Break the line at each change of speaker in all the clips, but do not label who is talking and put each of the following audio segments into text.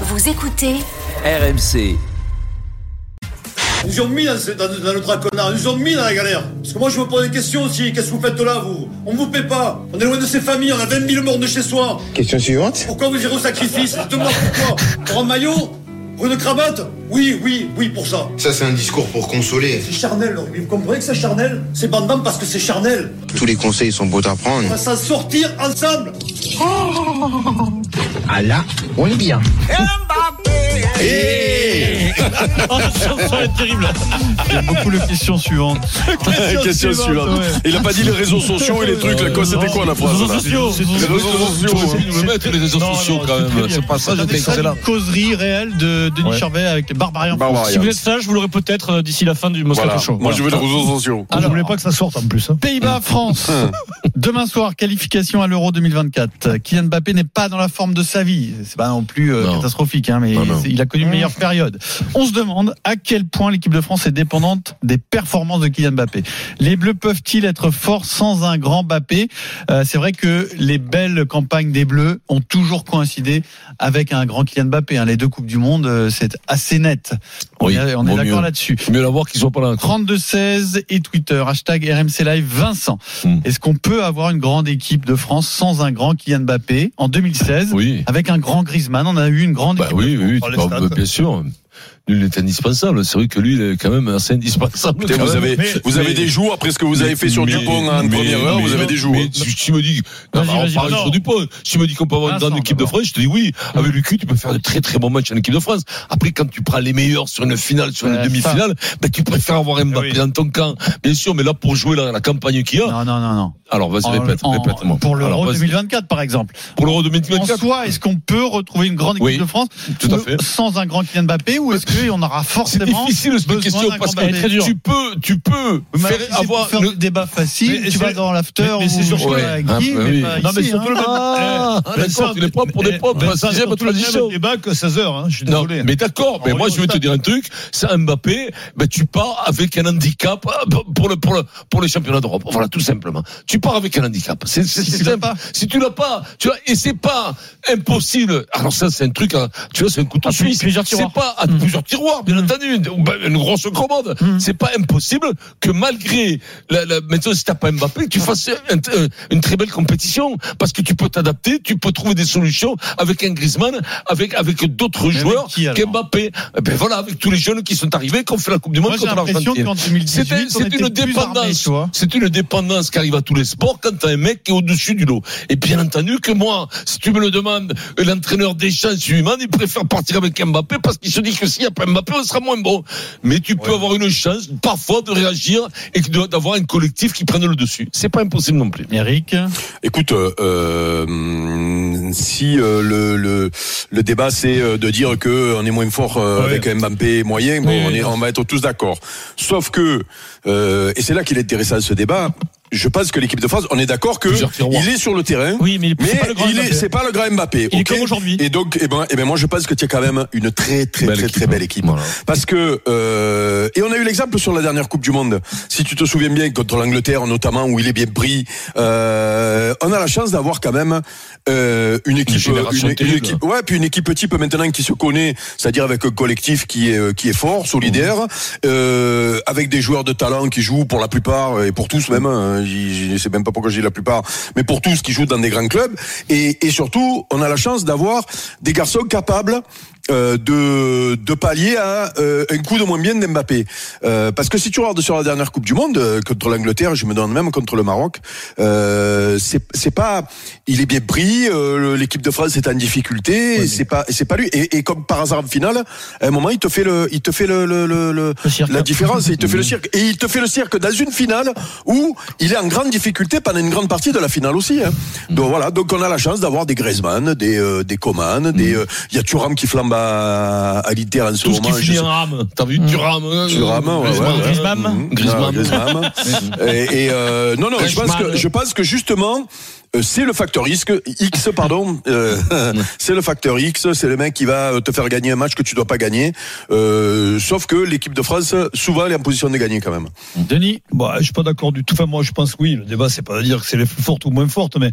Vous écoutez
RMC.
Ils nous ont mis dans, ce- dans- dans le draconnard, ils nous ont mis dans la galère. Parce que moi je me pose des questions aussi, qu'est-ce que vous faites là vous On vous paie pas, on est loin de ces familles, on a 20 000 morts de chez soi.
Question suivante.
Pourquoi vous irez au sacrifice Dites-moi pourquoi Pour un maillot Pour une cravate Oui, oui, oui pour ça.
Ça, c'est un discours pour consoler.
C'est charnel, donc. vous comprenez que c'est charnel C'est bandant parce que c'est charnel.
Tous les conseils sont beaux à prendre.
On va s'en sortir ensemble
Ah là, on est bien.
beaucoup de questions suivantes.
Question suivante. Il a pas dit les réseaux sociaux et les trucs. là. Quoi, c'était quoi la phrase là Les réseaux sociaux.
Faut essayer de me mettre les réseaux
sociaux, quand même. C'est pas ça, j'étais excellent.
une causerie réelle de Denis
Ouais.
Charvet avec les barbarians.
Barbarians.
Si vous êtes sage, vous l'aurez peut-être euh, d'ici la fin du Moscato
Bah, Voilà.
Show.
Moi, je veux les réseaux sociaux.
Alors, je voulais pas que ça sorte en plus. hein. Pays-Bas, France. Demain soir, qualification à l'Euro 2024. Kylian Mbappé n'est pas dans la forme de sa vie. C'est pas non plus euh,
Non.
catastrophique, hein, mais
Non, non.
c'est- il a connu une meilleure période. On se demande à quel point l'équipe de France est dépendante des performances de Kylian Mbappé. Les Bleus peuvent-ils être forts sans un grand Mbappé Euh, C'est vrai que les belles campagnes des Bleus ont toujours coïncidé avec un grand Kylian Mbappé. hein. Les deux coupes du monde, euh, c'est assez net. On
Oui,
est- on est
vaut
d'accord
mieux.
là-dessus.
Mieux l'avoir qu'ils soient pas là.
32-16 et Twitter, hashtag RMC Live Vincent.
Hmm.
Est-ce qu'on peut avoir une grande équipe de France sans un grand Kylian Mbappé en 2016
Oui.
Avec un grand Griezmann, on a eu une grande
Bah
équipe.
oui, oui, oui,
Par les
tu parles-
stats.
bah, bien sûr. Lui, il est indispensable. C'est vrai que lui, il est quand même assez indispensable.
Écoutez,
quand
vous
même.
avez,
Mais-
vous avez
Ah, mais-
des joues après ce que vous avez fait sur
Mais-
Dupont en
mais-
première heure, vous
mais-
avez des joues.
Mais
hein.
si tu me dis, non,
Vas-y,
Ah, bah, on
vas-y,
parle
vas-y.
sur Dupont. Si tu me dis qu'on peut avoir une
Vincent,
grande équipe de
d'abord.
France, je te dis oui. Avec le cul, tu peux faire de très très bons matchs en équipe de France. Après, quand tu prends les meilleurs sur une finale, sur une
Ouais,
demi-finale, ben, tu préfères avoir Mbappé
Oui.
dans ton camp. Bien sûr, mais là, pour jouer la, la campagne qu'il y a,
Non, non, non, non.
alors vas-y,
En-
répète,
en-
répète-moi.
Pour
Alors,
l'Euro
vas-y.
2024, par exemple.
Pour l'Euro
En
2024,
soi, est-ce qu'on peut retrouver une grande équipe
Oui,
de France
tout à fait.
sans un grand Kylian Mbappé ou est-ce qu'on aura
C'est
forcément
difficile cette
besoin
question
d'un
parce
grand Mbappé.
que tu peux, tu peux
Mais
faire
si c'est pour
avoir
faire
le-
le débat facile,
Mais
tu vas
c'est-
dans l'after
mais- mais
ou
c'est
je
surtout-
sais
Ouais,
pas
un
qui,
peu,
mais
oui.
pas
Non, mais
ici,
surtout
hein.
le même- Ah,
Eh,
d'accord,
Vincent,
il est propre pour des propres.
Vincent,
Sixième
surtout le même
tradition.
débat que 16h, hein, je suis
Non,
désolé.
mais d'accord, mais
On
moi
revient
je vais
au
te
stade.
dire un truc, c'est Mbappé, ben tu pars avec un handicap euh, pour le pour le pour les championnats d'Europe. Voilà tout simplement. Tu pars avec un handicap. C'est c'est
Si
c'est
tu l'as
simple.
pas.
Si tu l'as pas, tu vois, et c'est pas impossible. Alors ça c'est un truc, hein, tu vois, c'est un couteau suisse. C'est pas
Mmh.
à plusieurs tiroirs, bien entendu, une, ben, une grosse commande. C'est pas impossible que malgré la, la maintenant si t'as pas Mbappé,
Ah.
tu fasses un- un- une très belle compétition parce que tu peux t'adapter, tu peux trouver des solutions avec un Griezmann, avec avec d'autres
avec
joueurs
qui, alors
qu'Mbappé. Eh Ben voilà, avec tous les jeunes qui sont arrivés, qu'on fait la Coupe du Monde
Moi, j'ai
contre
l'impression
l'Argentine.
qu'en 2018,
C'est un-
on
c'est
était
une
plus armés,
dépendance.
tu vois.
C'est une dépendance qui arrive à tous les sports quand t'as un mec qui est au-dessus du lot. Et bien entendu que moi, si tu me le demandes, l'entraîneur des champs, humain, il préfère partir avec Mbappé parce qu'il se dit que s'il n'y a pas Mbappé, on sera moins bon. Mais tu peux avoir une chance, parfois, de réagir et que de- d'avoir un collectif qui prenne le dessus. C'est pas impossible non plus.
Eric,
Écoute, euh, euh, hum, si euh, le, le le débat c'est euh, de dire que on est moins fort euh,
Ouais.
avec un Mbappé moyen, bon,
Oui,
on,
oui,
est,
non.
on va être tous d'accord. Sauf que euh, et c'est là qu'il est intéressant ce débat. Je pense que l'équipe de France, on est d'accord que
Plusieurs tiroirs.
il est sur le terrain.
Oui, mais
Mais
c'est pas le grand
il est,
Mbappé.
c'est pas le grand Mbappé.
Il est
ok
comme aujourd'hui.
Et donc, eh ben, eh ben, moi, je pense que tu as quand même une très, très,
Belle
très,
équipe, hein.
très belle équipe.
Voilà.
Parce que euh, et on a eu l'exemple sur la dernière Coupe du Monde. Si tu te souviens bien contre l'Angleterre notamment où il est bien pris, euh, on a la chance d'avoir quand même euh, une équipe,
génération terrible.
équipe, ouais, puis une équipe type maintenant qui se connaît, c'est-à-dire avec un collectif qui est euh, qui est fort, solidaire, euh, avec des joueurs de talent qui jouent pour la plupart et pour tous même. hein, j'y- j'y- je sais même pas pourquoi j'ai la plupart, mais pour tous qui jouent dans des grands clubs. Et, et surtout, on a la chance d'avoir des garçons capables euh, de, de pallier à euh, un coup de moins bien d'Mbappé. Euh, parce que si tu regardes sur la dernière Coupe du Monde, euh, contre l'Angleterre, je me donne même contre le Maroc, euh, c'est c'est pas... Il est bien pris, euh, le- l'équipe de France est en difficulté, et c'est pas c'est pas lui. Et, et comme par hasard en finale, à un moment, il te fait le... Il te fait le, le, le- le- la différence, et il te fait le cirque. Et il te fait le cirque dans une finale où il est en grande difficulté pendant une grande partie de la finale aussi. hein. Donc voilà, donc on a la chance d'avoir des Griezmann, des, euh, des Coman, des, euh, il y a Thuram qui flambe à, à l'Inter en ce
Tout ce
moment.
qui
je
finit
sais-
en rame. T'as vu, Durham, euh,
Thuram, Mm. ouais, ouais,
Griezmann,
ouais.
Griezmann.
Mhm. Ouais, Griezmann. et, et, euh, non, non, je pense
Griezmann.
que, je pense que justement, euh, c'est le facteur risque X, pardon. euh, c'est le facteur X. C'est le mec qui va euh, te faire gagner un match que tu dois pas gagner. Euh, sauf que l'équipe de France, souvent, elle est en position de gagner quand même.
Denis
Bah, je suis pas d'accord du tout. Enfin, moi, je pense que oui. Le débat, c'est pas de dire que c'est les plus fortes ou moins fortes, mais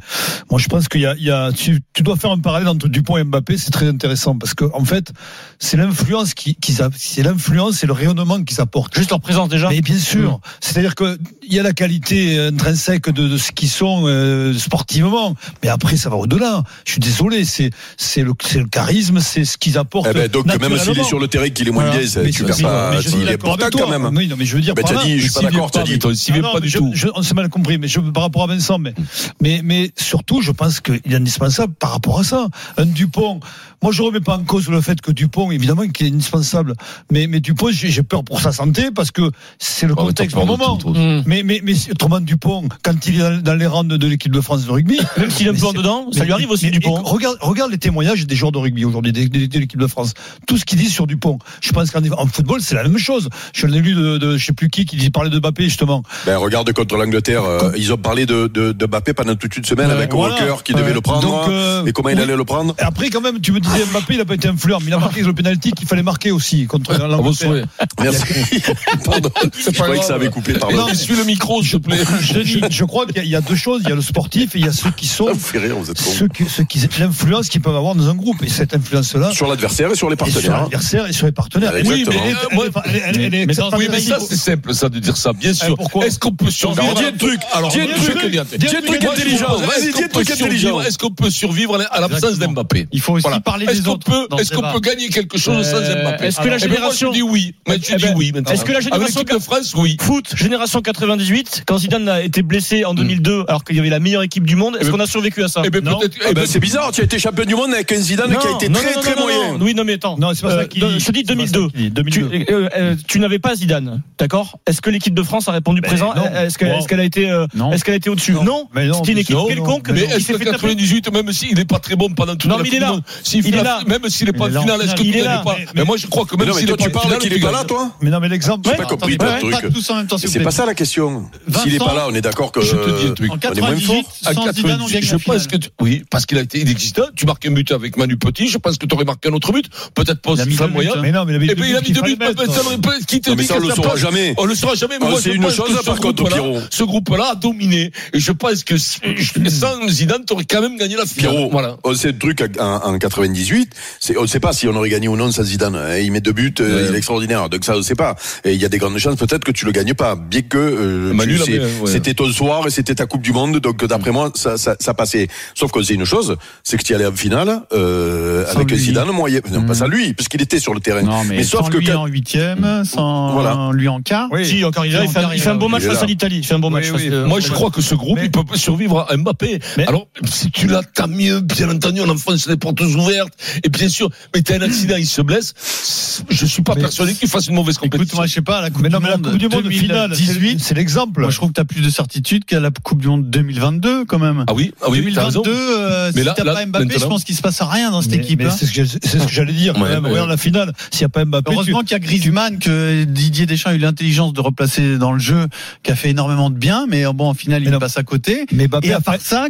moi, je pense qu'il y a, il y a tu, tu dois faire un parallèle entre Dupont et Mbappé. C'est très intéressant parce que, en fait, c'est l'influence qui, qu'ils a- c'est l'influence et le rayonnement qu'ils apportent.
Juste leur présence déjà. Mmh.
Mais bien sûr, c'est-à-dire que il y a la qualité euh, intrinsèque de, de ce qu'ils sont euh, sportivement, mais après ça va au-delà. Je suis désolé, c'est c'est le c'est le charisme, c'est ce qu'ils apportent.
Eh ben, donc, même s'il est
naturellement.
sur le terrain qu'il est moins
Voilà.
bien, ça-
Mais
tu
je-
perds
mais-
pas.
mais je suis
Il est
d'accord
portant
avec
quand
toi.
même.
Oui, non, mais je veux dire.
Ben,
par
t'as
là,
dit, je suis
s'il
pas
vient
d'accord, t'as dit.
Attends, s'il
Non,
vient
non,
pas
mais
du
je-
tout.
je- on s'est mal compris, mais je, par rapport à Vincent, mais, mais, mais surtout, je pense euh, qu'il est indispensable par rapport à ça. Un Dupont, moi je remets pas en cause le fait que Dupont, évidemment, qu'il est indispensable, mais, mais Dupont, j'ai j'ai peur pour sa santé parce que c'est le
Ouais,
contexte
t'as
du
peur de
moment.
tout, toi.
Mmh.
Mais, mais, mais c'est- autrement, Dupont, quand il est dans, dans les rangs de, de l'équipe de France de rugby.
Même s'il est un
mais
peu en
c'est-
dedans, ça
mais-
lui arrive aussi,
mais-
Dupont.
et Regarde, regarde les témoignages des joueurs de rugby aujourd'hui, des- des- de l'équipe de France. Tout ce qu'ils disent sur Dupont. Je pense qu'en en football, c'est la même chose. Je l'ai lu de, de je sais plus qui, qui parlait de Mbappé, justement.
Ben, regarde contre l'Angleterre, euh, ils ont parlé de, de, de Mbappé pendant toute une semaine
Ouais,
avec
voilà.
Walker qui
Ouais.
devait le prendre
Donc, euh,
et comment il
oui.
allait le prendre.
Et Après, quand même, tu me disais Mbappé, il n'a pas été influent, mais il a marqué le penalty qu'il fallait marquer aussi contre
Ah, bon,
l'Angleterre.
souhait.
Merci. Pardon. Je croyais que ça avait coupé, pardon.
Non,
Je Ah, suis le micro, s'il te plaît.
je, te dis, je crois qu'il y a- il y, a deux choses. Il y a le sportif et il y a ceux qui sont,
Ça vous fait rire, vous êtes
ceux qui, ceux qui, l'influence qu'ils peuvent avoir dans un groupe. Et cette influence-là,
bon. Sur l'adversaire et sur les
est sur
partenaires.
l'adversaire et sur les partenaires.
Oui, Exactement.
mais elle est-
Moi,
elle est- elle est- elle est-
mais
cette
dans-
Oui,
partenaire-
mais ça, c'est simple, ça, de dire ça, bien
Eh,
sûr.
pourquoi
Est-ce qu'on peut survivre
Alors, dis
à-
un truc,
Alors,
dis un
moi,
truc,
je vais dire-
dis un
Moi,
truc
je vous
intelligent.
propose,
Vas-y,
est-ce
dis un
qu'on peut
truc intelligent.
survivre- Est-ce qu'on peut survivre à l'absence
Exactement.
d'Mbappé
Il faut aussi
Voilà.
parler
Est-ce
des
qu'on
autres.
peut,
dans ce
est-ce qu'on
débat.
peut gagner quelque chose sans
Euh,
Mbappé
est-ce que la
Eh ben, moi,
génération-
je dis oui. Mais tu
Eh
dis
ben,
oui maintenant.
est-ce que la
Avec
génération-
l'équipe de France, oui.
Foot, génération 98, quand Zidane a été blessé en 2002, alors qu'il y avait la meilleure équipe du monde, est-ce qu'on a survécu à ça
Hmm. Eh ben,
Non.
peut-être. eh
Ah ben,
ben,
c'est bizarre, tu as été champion du monde avec un Zidane qui a
Non,
été
non,
très
non,
très
non, non,
moyen.
non. Oui, non, mais attends.
Non, c'est pas
Euh,
ça qu'il
de-
dit.
Je dis
C'est pas ça
2002.
qu'il dit.
Tu,
2002.
euh, euh, tu n'avais pas Zidane, d'accord Est-ce que l'équipe de France a répondu présent
non.
Est-ce qu'elle
Wow.
est-ce qu'elle a été, euh,
Non.
est-ce qu'elle a été au-dessus
Non.
Non.
Mais non,
C'était une
mais
équipe
non,
quelconque.
non,
Mais
mais
qui
est-ce
s'est
que
fait taper.
98, même s'il n'est pas très bon pendant toute
Non,
la
mais il est
finale,
là.
s'il
Il
fait
est
la-
là.
même s'il n'est pas
Il est
en
là.
finale, est-ce que
Il
tu
est
gagnes
là.
pas
Mais-
Mais moi, je crois que
Mais
même
non, mais
s'il
toi
n'est
tu
pas en
parles
finale,
qu'il
tu
est pas
gagnes.
là, toi
Mais non, mais l'exemple.
Ouais,
J'ai pas compris
ouais,
ton
ouais,
truc.
Pas tous en même temps, s'il vous
C'est
plaît.
pas ça la question. S'il est
Vincent,
pas là, on est d'accord que.
Je te dis un
En
truc.
On est moins
98,
fort.
À
sans Zidane, on
98,
gagne
je
la
pense
finale.
que tu- oui, parce qu'il a été inexistant. Tu marques un but avec Manu Petit. Je pense que tu aurais marqué un autre but. Peut-être
Il
pas
a
aussi
mis deux
flamboyant.
buts,
Mais non, hein. mais
Eh ben, il a mis deux buts. mais ça l'aurait pas- Qui te
Non, mais
dit
ça, on
qu'à
le
sa
saura
place-
jamais.
On le saura jamais. mais
Ah,
moi,
c'est
je
une
pense
chose,
que
par
ce
contre,
groupe-là-
Pierrot. Hmm.
Ce groupe-là a dominé. Et je pense que je- sans Zidane, tu aurais quand même gagné la finale.
Pierrot,
Voilà.
on sait le truc en, en 98, c'est, on ne sait pas si on aurait gagné ou non sans Zidane. hein. Il met deux buts, euh,
Ouais.
il est extraordinaire, donc ça on ne sait pas. Et il y a des grandes chances peut-être que tu le gagnes pas, bien que euh,
Manu
tu-
l'a
c'est-
mis, euh, ouais.
c'était ton soir et c'était ta Coupe du Monde, donc d'après moi ça, ça, ça passait. Sauf qu'on sait une chose, c'est que tu y allais en finale euh, avec
lui.
Zidane moyen, non pas à lui, puisqu'il était sur le terrain.
Non, mais,
sauf
sans
que
lui
quand-
en huitième, sans
Voilà.
lui en quart.
Si, encore il est là, il fait un- il fait un beau match
Il est
face
là.
à l'Italie. Il fait un beau match. face, euh,
Moi, je crois que ce groupe,
Mais-
il peut survivre à Mbappé.
Mais-
Alors, si tu l'as, tant mieux. Bien entendu, on enfonce les portes ouvertes. Et bien sûr, mais t'as un accident, il se blesse. Je suis pas
Mais-
persuadé qu'il fasse une mauvaise
Écoute,
compétition.
moi, je sais pas, à la Coupe
Mais
du
non, mais la
Monde
Coupe du Monde finale,
2018,
c'est- c'est l'exemple.
Moi, je trouve que tu as plus de certitude qu'à la Coupe du Monde 2022, quand même.
ah oui, ah oui, t'as raison.
2022, euh,
Mais
si
là-
t'as
là,
pas Mbappé, je
maintenant-
pense qu'il se passe rien dans cette
Mais-
équipe.
mais
hein.
c'est ce que j'ai- c'est ce que j'allais dire. quand
Ouais,
même.
ouais.
Regarde la finale. S'il n'y a pas Mbappé, tu-
Heureusement qu'il y a Griezmann, que Didier Deschamps a eu l'intelligence de replacer dans le jeu, qui a fait énormément de bien, mais euh, bon, en finale,
Mais
il
non.
passe à côté.
mais
Et
Mbappé,
à
a
part
failli,
ça,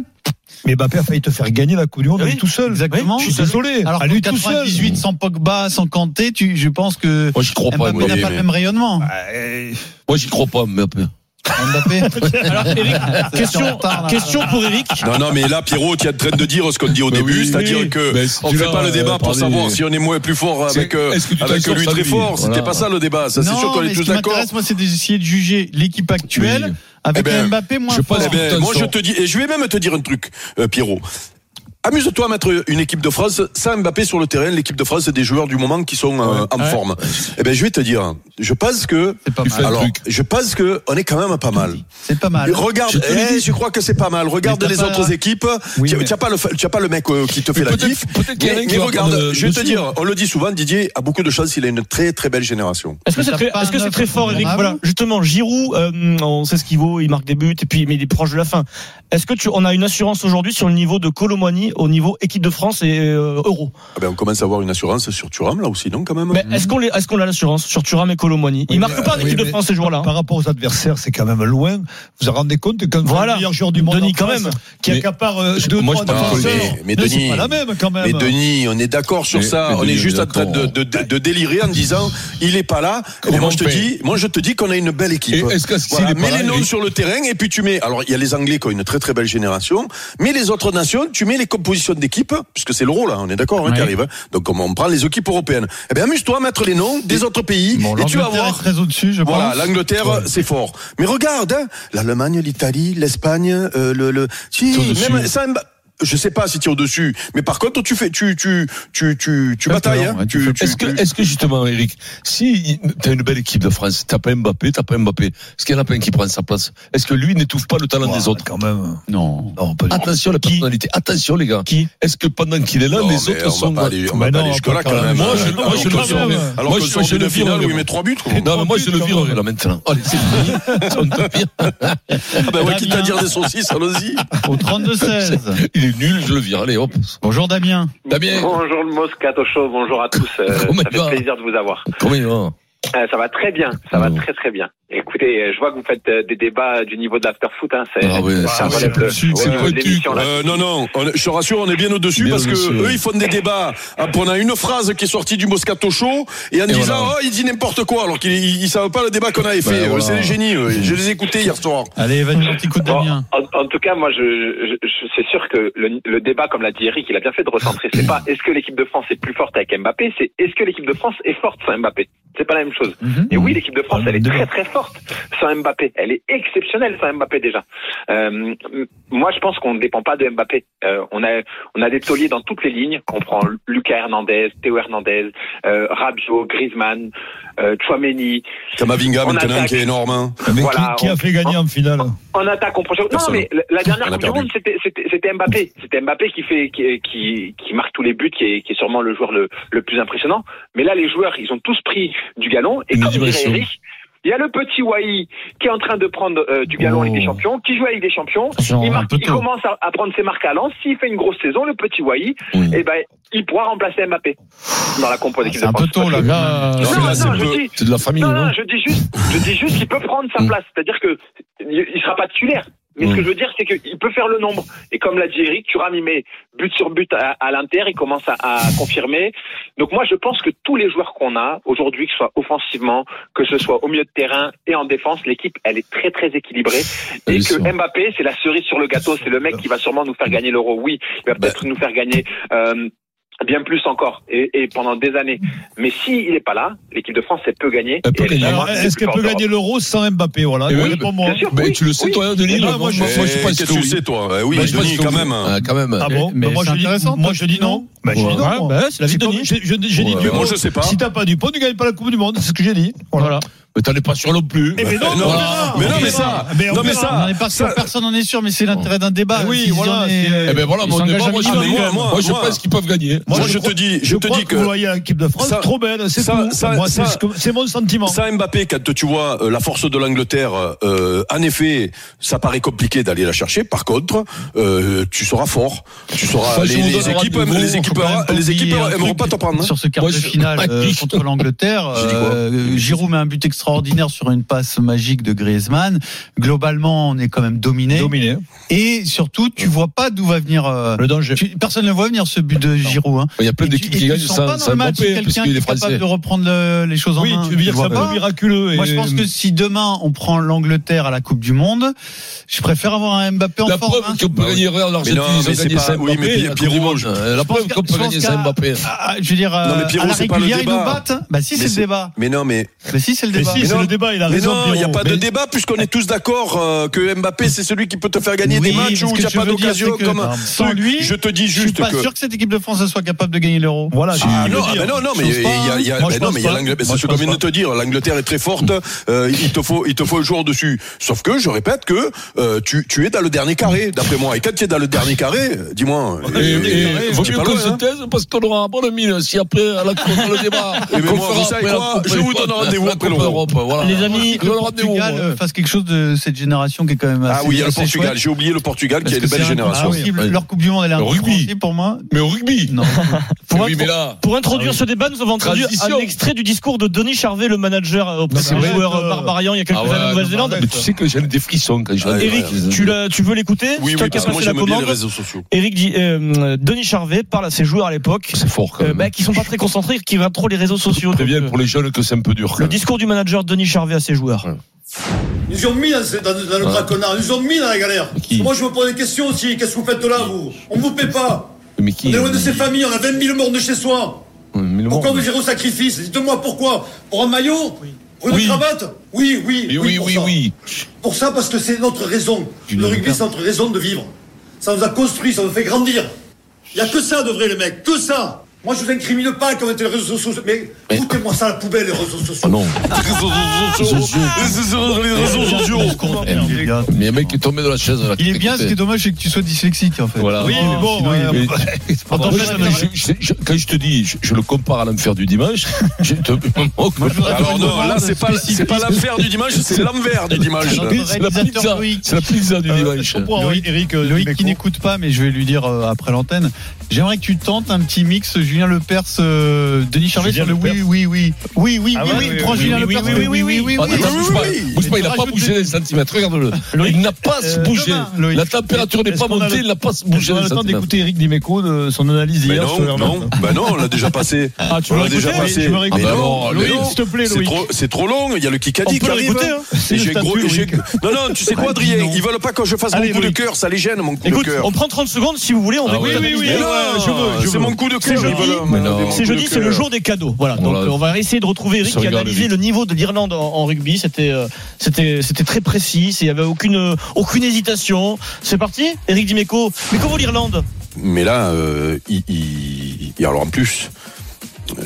mais Mbappé a failli te faire gagner la Coupe du Monde
Oui,
à lui tout seul.
exactement.
Je suis désolé.
alors
à
qu'en
lui tout seul.
98, sans Pogba, sans Kanté, tu, je pense que
Moi, je crois pas,
Mbappé n'a
Mbappé.
pas
mais-
le même rayonnement.
Moi, j'y crois pas, Mbappé.
Mbappé.
Alors, Eric, question,
retard, là.
question pour Eric.
Non, non, mais là, Pierrot, tu es en train de dire ce qu'on dit au
Mais
début,
Ah. Bah oui,
c'est-à-dire
oui.
que
Mais si
on
tu
fait
l'as,
pas le
euh,
débat pour
parlé-
savoir si on est moins plus fort
C'est-
avec, euh,
est-ce que tu t'en
avec
sors
lui
sans
très
lui
fort. C'était
Voilà.
pas ça le débat. Ça, c'est
Non,
sûr qu'on est
mais ce
tous
qui
d'accord.
m'intéresse, moi, c'est d'essayer de juger l'équipe actuelle
Oui.
avec
Eh ben,
un Mbappé moins
je pense
Eh
fort.
que-
ben,
Putain,
moi,
ça-
je te dis, et je vais même te dire un truc, euh, Pierrot. Amuse-toi à mettre une équipe de France sans Mbappé sur le terrain. L'équipe de France, c'est des joueurs du moment qui sont euh, en forme. Eh ben, je vais te dire, je pense que,
C'est pas
Tu fais
mal.
un
alors,
truc.
je pense que on est quand même pas mal.
C'est pas
Ah,
mal.
Regarde, eh, je, crois que c'est pas mal. Regarde
Mais t'as
les
pas-
autres équipes.
Oui,
tu
mais-
n'as pas le, fa- tu as pas le mec euh, qui te fait la
peut-être-
diff.
peut-être qu'il y en a
Mais,
un qui
mais
va
regarde,
prendre le
je vais te
dessus. hein.
dire, on le dit souvent, Didier a beaucoup de chance. Il a une très très belle génération.
Est-ce que
Mais
c'est
t'as
très,
pas
est-ce que
un
c'est
neuf
très fort, Eric
honorable
Voilà, justement, Giroud, euh, on sait ce qu'il vaut, il marque des buts, et puis mais il est proche de la fin. Est-ce que tu, on a une assurance aujourd'hui sur le niveau de Colomani aussi au niveau équipe de France et euh, Euro.
Ah ben, on commence à avoir une assurance sur Thuram, là aussi, non, quand même
Mais est-ce qu'on les- est-ce qu'on a l'assurance sur Thuram et Colomboigny Ils marquent pas en
euh,
équipe
oui,
de
mais-
France ces joueurs-là. hein.
Par rapport aux adversaires, c'est quand même loin. Vous vous rendez compte que quand
Voilà.
le meilleur joueur du monde
Denis,
en
quand
France,
même.
qui
Mais-
accapare euh, deux
Moi,
trois
je parle-
défenseurs,
Mais- mais
c'est
Denis-
pas la même quand même.
Mais Denis, on est d'accord sur
Mais-
ça.
mais
on
Denis,
est juste
on est
en train de, de- de- de délirer en disant il est pas là.
Comment
Et moi je te
on fait
dis, moi je te dis qu'on a une belle équipe.
Et est-ce que- s'il
Voilà,
est pas
mets
là,
les noms
il-
sur le terrain et puis tu mets. Alors il y a les Anglais qui ont une très très belle génération, mais les autres nations, tu mets les compositions d'équipe puisque c'est l'euro là, on est d'accord, hein, qui
Ouais.
arrive. hein. Donc on, on prend les équipes européennes. Eh bien amuse-toi à mettre les noms des autres pays
Bon,
et tu vas
l'Angleterre est
voir.
très au-dessus, je
Voilà,
pense.
l'Angleterre, c'est fort. Mais regarde, hein, l'Allemagne, l'Italie, l'Espagne, euh, le, le, si,
au-dessus.
même ça, Mba- je sais pas si tu es au-dessus, mais par contre, tu fais, tu, tu, tu, tu, tu
Ça,
batailles,
c'est
hein,
bon, ouais, tu
tu,
fais
tu-
Est-ce que,
tu-
est-ce que justement, Eric, si t'as une belle équipe de France, t'as pas Mbappé, t'as pas Mbappé, est-ce qu'il y en a pas un qui prend sa place Est-ce que lui n'étouffe pas le talent
Ouah,
des autres
quand même.
Non.
Non, pas du tout.
Attention à la personnalité, attention les gars.
Qui
Est-ce que pendant qu'il est là,
Non,
les
mais
autres
on
sont
va pas aller, on va
Mais
pas
non,
aller jusque-là
pas
quand
quand
même. hein.
même.
Moi, je-
Alors
moi,
que
je le
sur-
virerai.
Alors
Moi,
que
je-
sur
je
une
le
finale
virerai.
où il met trois buts, quoi.
Non, mais moi je le
Quand
virerai
même.
là maintenant. Allez, c'est fini. On te vire.
Ah, bah ouais, quitte à
hein.
dire des saucisses, allons-y.
Au 32-16.
Il est nul, je le vire. Allez, hop.
Bonjour Damien.
Damien,
Bonjour le Moscato Show, bonjour à tous. Euh,
Comment
ça
il va
fait plaisir de vous avoir.
comment il va
Euh, ça va très bien, ça va
Bon.
très très bien. Écoutez, euh, je vois que vous faites euh, des débats du niveau de l'after foot. Hein, c'est
Ah ouais,
ça
ça, c'est
relève le-
pointu, c'est
euh,
pointu,
l'émission, là.
Euh, non, non, on est- je te rassure, on est bien au-dessus
Bien
parce que
au-dessus,
eux,
ouais.
ils font des débats en prenant une phrase qui est sortie du Moscato Show et en
Et
disant,
voilà.
oh, ils disent n'importe quoi alors qu'ils ils- ils savent pas le débat qu'on avait fait. Euh,
voilà.
C'est des génies, eux. je les ai écoutés hier soir.
Allez, vas-y, un petit coup de
Bon,
Damien.
en, en tout cas, moi, je, je, je- c'est sûr que le, le débat, comme l'a dit Eric, il a bien fait de recentrer. C'est pas est-ce que l'équipe de France est plus forte avec Mbappé, c'est est-ce que l'équipe de France est forte sans Mbappé. C'est pas la même chose. Et oui, l'équipe de France, elle est très très forte sans Mbappé. Elle est exceptionnelle sans Mbappé déjà. Euh, m- moi, je pense qu'on ne dépend pas de Mbappé. Euh, on a on a des tauliers dans toutes les lignes. On prend Lucas Hernandez, Théo Hernandez, euh, Rabiot, Griezmann, euh, Chouameni.
Kamavinga
On
maintenant
attaque.
qui est énorme. hein.
Mais
Voilà,
qui, qui
on-
a fait gagner en finale
En attaque, on prochain. Non,
Personne.
mais la- la dernière
On a
Coupe du
perdu.
Monde, c'était- c'était c'était Mbappé. C'était Mbappé qui fait, qui, qui, qui marque tous les buts, qui est, qui est sûrement le joueur le, le plus impressionnant. Mais là, les joueurs, ils ont tous pris du galon. Et
Une
comme dirait
digression.
Eric, il y a le petit Wai qui est en train de prendre euh, du galon
Oh.
avec des champions, qui joue avec des champions.
Attention,
il,
un
marque-
peu
il
tôt.
commence à, à prendre ses marques à Lens. S'il fait une grosse saison, le petit Wai,
Oui.
eh ben, il pourra remplacer Mbappé dans la compo d'équipe
C'est
de
un peu
France.
tôt, là. Là,
Non,
Parce que
non,
là, c'est
je
peu-
dis-
c'est de la famille,
non,
non
non, je dis juste, je dis juste qu'il peut prendre sa
Mm.
place. C'est-à-dire que il il sera pas titulaire. Mais ce que je veux dire, c'est qu'il peut faire le nombre. Et comme l'a dit Eric, Thuram, il met but sur but à, à l'Inter, il commence à, à confirmer. Donc moi, je pense que tous les joueurs qu'on a aujourd'hui, que ce soit offensivement, que ce soit au milieu de terrain et en défense, l'équipe, elle est très très équilibrée.
Elle
Et
est
que
sûre.
Mbappé, c'est la cerise sur le gâteau, c'est le mec qui va sûrement nous faire gagner l'euro. Oui, il va peut-être nous faire gagner... euh, Bien plus encore, et, et pendant des années. Mais s'il n'est pas là, l'équipe de France, elle peut gagner.
Elle peut
Et elle est
gagner.
pour
Alors,
moi, c'est
Est-ce
plus
qu'elle peut
fort
gagner l'euro sans Mbappé Voilà,
Et oui,
réponds-moi.
bien sûr.
Ben,
Oui,
tu le sais,
oui.
toi, hein, Denis
Eh ben,
Moi,
moi,
moi,
je-
moi, je pense
Qu'est-ce
que
que tu
oui.
sais, toi Eh Oui,
Moi, je pense
Denis,
que
quand
oui.
même.
Ah, quand même.
Ah bon
Mais
Ben, moi,
c'est
je dis,
intéressant, Bah,
moi
toi,
je dis non. Ben, je dis non.
Ouais,
moi.
ben, c'est la vie
Si
de
t'as-
Denis.
J'ai j'ai- j'ai dit
Ouais,
Dieu.
moi, je sais pas.
Si t'as pas du pot, tu gagnes pas la Coupe du Monde. C'est ce que j'ai dit. Voilà.
Mais t'en es pas sûr non plus.
Eh ben non,
Voilà.
on verra.
Mais non,
On
mais
verra. Ah,
ça,
on
non, mais
verra.
ça,
On n'en est pas sûr, personne n'en est sûr, mais c'est l'intérêt d'un débat.
Oui,
Si
voilà,
on est- euh,
c'est-
Eh ben voilà,
Ils
mon
s'engagent
débat, moi,
à
je
mi-chemin.
dis-
Moi, moi,
moi, je
moi.
pense qu'ils peuvent gagner.
Moi,
Moi,
je,
je
te dis, je,
Je
te
crois
dis
que vous voyez l'équipe de France
ça-
trop belle, c'est
ça-
tout.
ça-
Moi, c'est
ça-
ce que- c'est mon sentiment.
Ça, Mbappé, quand tu vois euh, la force de l'Angleterre, euh, en effet, ça paraît compliqué d'aller la chercher. Par contre, euh, tu seras fort. Tu seras.
Enfin, je
les,
vous
les
donnera
équipes,
de nouveau,
les équipes,
Faut quand même pas
les équipes
oublier un
aimeront
truc
pas t'en prendre. hein.
Sur ce quart
Moi,
de
je-
finale euh,
Magnifique.
contre l'angleterre,
J'ai dit quoi
euh, Giroud met un but extraordinaire sur une passe magique de Griezmann. Globalement, on est quand même dominé.
Dominé.
Et surtout, tu vois pas d'où va venir. euh,
Le danger.
tu- personne ne voit venir ce but de Giroud. Hein.
Il y a plein
Et tu-
d'équipes
et
qui
tu
gagnent
sens pas
sans
dans le
sans
match
Mbappé,
quelqu'un
parce qu'il
qui
est
est capable
français.
de reprendre le- les choses en
Oui,
main.
tu veux dire
Je
que c'est
vois
un
pas.
peu miraculeux.
Moi,
et-
je pense que si demain on prend l'Angleterre à la Coupe du Monde, je préfère avoir un Mbappé en
La
forme. hein.
preuve qu'on peut gagner en Argentine,
non,
ils
mais
ont
c'est
gagné
pas-
sans
oui, mais
Mbappé.
Pierrot,
la Coupe du Monde.
je-
Euh, La
Je pense
preuve qu'on
qu'à- je
peut
pense
gagner
qu'à-
sans Mbappé.
Ah, je veux dire,
Non, mais
euh,
Pierrot,
à la
c'est pas le
régulière, ils nous
débat.
battent. Bah si,
Mais
c'est le
c'est-
débat.
Mais non, mais.
Mais si, c'est le
Mais
débat.
si,
non.
c'est le débat, il a
Mais
raison.
non, il n'y a
Pierrot.
pas
Mais-
de débat puisqu'on est tous d'accord euh, que Mbappé c'est celui qui peut te faire gagner des
Oui,
matchs
mais
où
ce
il
que
n'y a
je
pas
veux dire,
d'occasion.
c'est que
Comme un
sans
truc.
lui,
je te dis
je suis
juste
pas
que.
sûr que cette équipe de France soit capable de gagner l'euro.
Voilà. c'est ce
Ah
que je
non,
veux
ah
dire.
ben non, non, mais
Je pense
il y a, il y a-
Moi, je
ben non,
pense
mais il y a
pas. Moi,
l'Angleterre. C'est ce
je
qu'on
pense
vient de
pas.
te dire. L'Angleterre est très forte. euh, il te faut, il te faut le joueur dessus. Sauf que, je répète que euh, tu, tu es dans le dernier carré, d'après moi. Et quand tu es dans le dernier carré, dis-moi.
Et,
euh,
et,
euh,
vaut
t'es
mieux
pas
qu'on
loin,
se
hein.
taise parce qu'on aura un bon mine si après à la contre le débat.
Eh ben
qu'on
moi,
fera
vous savez
après la
quoi
Coupe
Je vous donne rendez-vous
la
après
Coupe
l'Euro.
l'Europe. Voilà.
Les amis,
le
Portugal euh, fasse quelque chose de cette génération qui est quand même assez
Ah oui, il y a le
assez
Portugal.
chouette.
J'ai oublié le Portugal qui
Parce
a
que
une belle
c'est
génération. Ah
incompréhensible.
Ouais.
Leur Coupe du Monde, elle est
Le rugby.
incompréhensible pour moi.
Mais au rugby.
Non.
Pour,
Oui, mais
intro-
là.
pour introduire ce débat, nous avons introduit
Transition.
un extrait du discours de Denis Charvet, le manager, euh,
c'est vrai,
joueur
euh,
euh, barbarian il y a quelques
Ah ouais,
années en Nouvelle-Zélande.
Mais tu sais que j'aime des frissons quand je
Ah,
vois des-
Eric,
ouais, ouais.
tu, l'as- tu veux l'écouter
Oui,
C'est
oui,
toi qui as
parce que moi
passé la
j'aime bien
commande.
les réseaux sociaux.
Eric dit, euh, Denis Charvet parle à ses joueurs à l'époque,
C'est fort quand
euh,
même.
bah, qui sont pas très concentrés, qui regardent trop les réseaux sociaux.
Très bien
Donc, euh,
pour les jeunes que c'est un peu dur.
le discours du manager Denis Charvet à ses joueurs.
Ils nous ont mis dans, ce- dans- dans le
Ouais.
traquenard, ils nous ont mis dans la galère.
Qui
Moi, je me pose des questions aussi. Qu'est-ce que vous faites là, vous On vous paie pas.
Mais
On
qui euh,
est loin de ses familles, on a 20 000 morts de chez soi.
Mais le
Pourquoi
monde.
vous irez au sacrifice Dites-moi pourquoi Pour un maillot Pour une
Oui.
cravate Oui, oui,
Mais oui,
pour
oui,
ça.
oui.
Pour ça, parce que c'est notre raison. Le rugby, c'est notre raison de vivre. Ça nous a construit, ça nous fait grandir. Il n'y a que ça de vrai, les mecs, que ça moi, je vous incrimine pas quand vous êtes les réseaux sociaux, mais,
Mais-
foutez-moi ça à la poubelle, les réseaux sociaux.
Ah non.
Les réseaux sociaux. Les réseaux sociaux.
Il est bien.
Mais un mec qui est tombé de la chaise. là.
Il est bien, ce qui est dommage, c'est que tu sois dyslexique en fait.
Voilà.
Oui, mais bon,
Sinon, il est-
euh,
Moi, je- je- je- Quand je te dis, je, je le compare à l'enfer du dimanche, je te je me moque.
Alors non, là c'est pas c'est pas l'affaire du dimanche, c'est l'envers du dimanche.
Notre
C'est la
réalisateur
pizza.
Loïc.
C'est la pizza du
Euh,
dimanche.
je comprends,
Loïc-
Eric, euh,
Loïc
Dimeco.
qui n'écoute pas, mais je vais lui dire euh, après l'antenne. J'aimerais que tu tentes un petit mix Julien Lepers, euh, Denis Charvet sur
Julien
le oui, oui, oui, oui, oui,
Ah
oui,
ouais,
oui,
oui,
prends
oui,
Julien
oui,
Lepers, Ah,
oui,
oui, oui, oui, oui,
Attends,
oui.
bouge pas, bouge pas, il n'a pas
Rajoute
bougé les centimètres, regarde-le. Il n'a pas
euh,
bougé.
demain, Loïc.
La température n'est
Est-ce
pas
qu'on a
montée,
le-
il n'a pas
J'ai
bougé
eu
les
le temps
centimètres.
d'écouter Eric Dimeco de son analyse
Mais
hier sur
non,
Air
non, bah non, on l'a déjà passé.
Ah, tu
On
l'as
l'a déjà
écouté
passé.
Tu m'as
Ah
écouté
bah non,
Loïc,
Loïc.
s'il te plaît,
C'est
Loïc.
trop, c'est trop long. Il y a le Kikadi qui arrive.
l'écouter, hein.
Et
C'est
j'ai
le
gros-
statut,
et j'ai-
Loïc.
Non, non, tu sais quoi, Adrien Ils veulent pas que je fasse
Allez,
mon coup de
Loïc.
cœur. Ça les gêne, mon coup
Écoute,
de cœur.
on prend 30 secondes si vous voulez, on
Ah
écoute
oui,
la
oui,
musique.
oui,
Mais non,
ouais, je veux, je
c'est
veux.
mon coup de
C'est
cœur. Ils
jeudi.
veulent
Mais
me
non.
donner mon
C'est
C'est
coup
jeudi,
de
c'est le
cœur.
jour des cadeaux. Voilà.
On
Ah, Donc
l'a-
on va essayer de retrouver Eric
Ça
qui a
regarde,
analysé
Eric.
le niveau de l'Irlande en, en rugby. C'était, euh, c'était, c'était très précis. Il y avait aucune, aucune hésitation. C'est parti. Eric Dimeco. Mais comment l'Irlande
Mais là, euh, il, il- il- alors en plus, euh,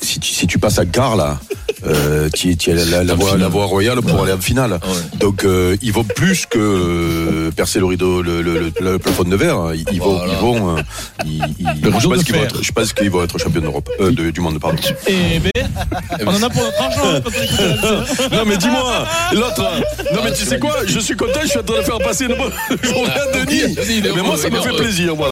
si, tu, si tu passes à Gare, là, euh, tu tu as la, la- la
En
voie,
finale.
la voie royale pour aller en finale.
Ouais.
Donc, euh, ils vont plus que euh, percer le rideau, le, le, le- le plafond de verre. Ils, ils vont,
Voilà.
ils vont. euh, ils- ils-
Le rideau
je,
de
pense qu'ils vont
fer.
être, je pense qu'ils vont être champions d'Europe, euh, de- du monde, pardon.
Eh ben, on en a pour notre argent. hein, quand on écoute la musique.
Non mais dis-moi, l'autre. Non mais tu sais quoi, je suis content, je suis en train de faire passer une bonne journée à Denis. Mais moi ça me fait plaisir, voilà.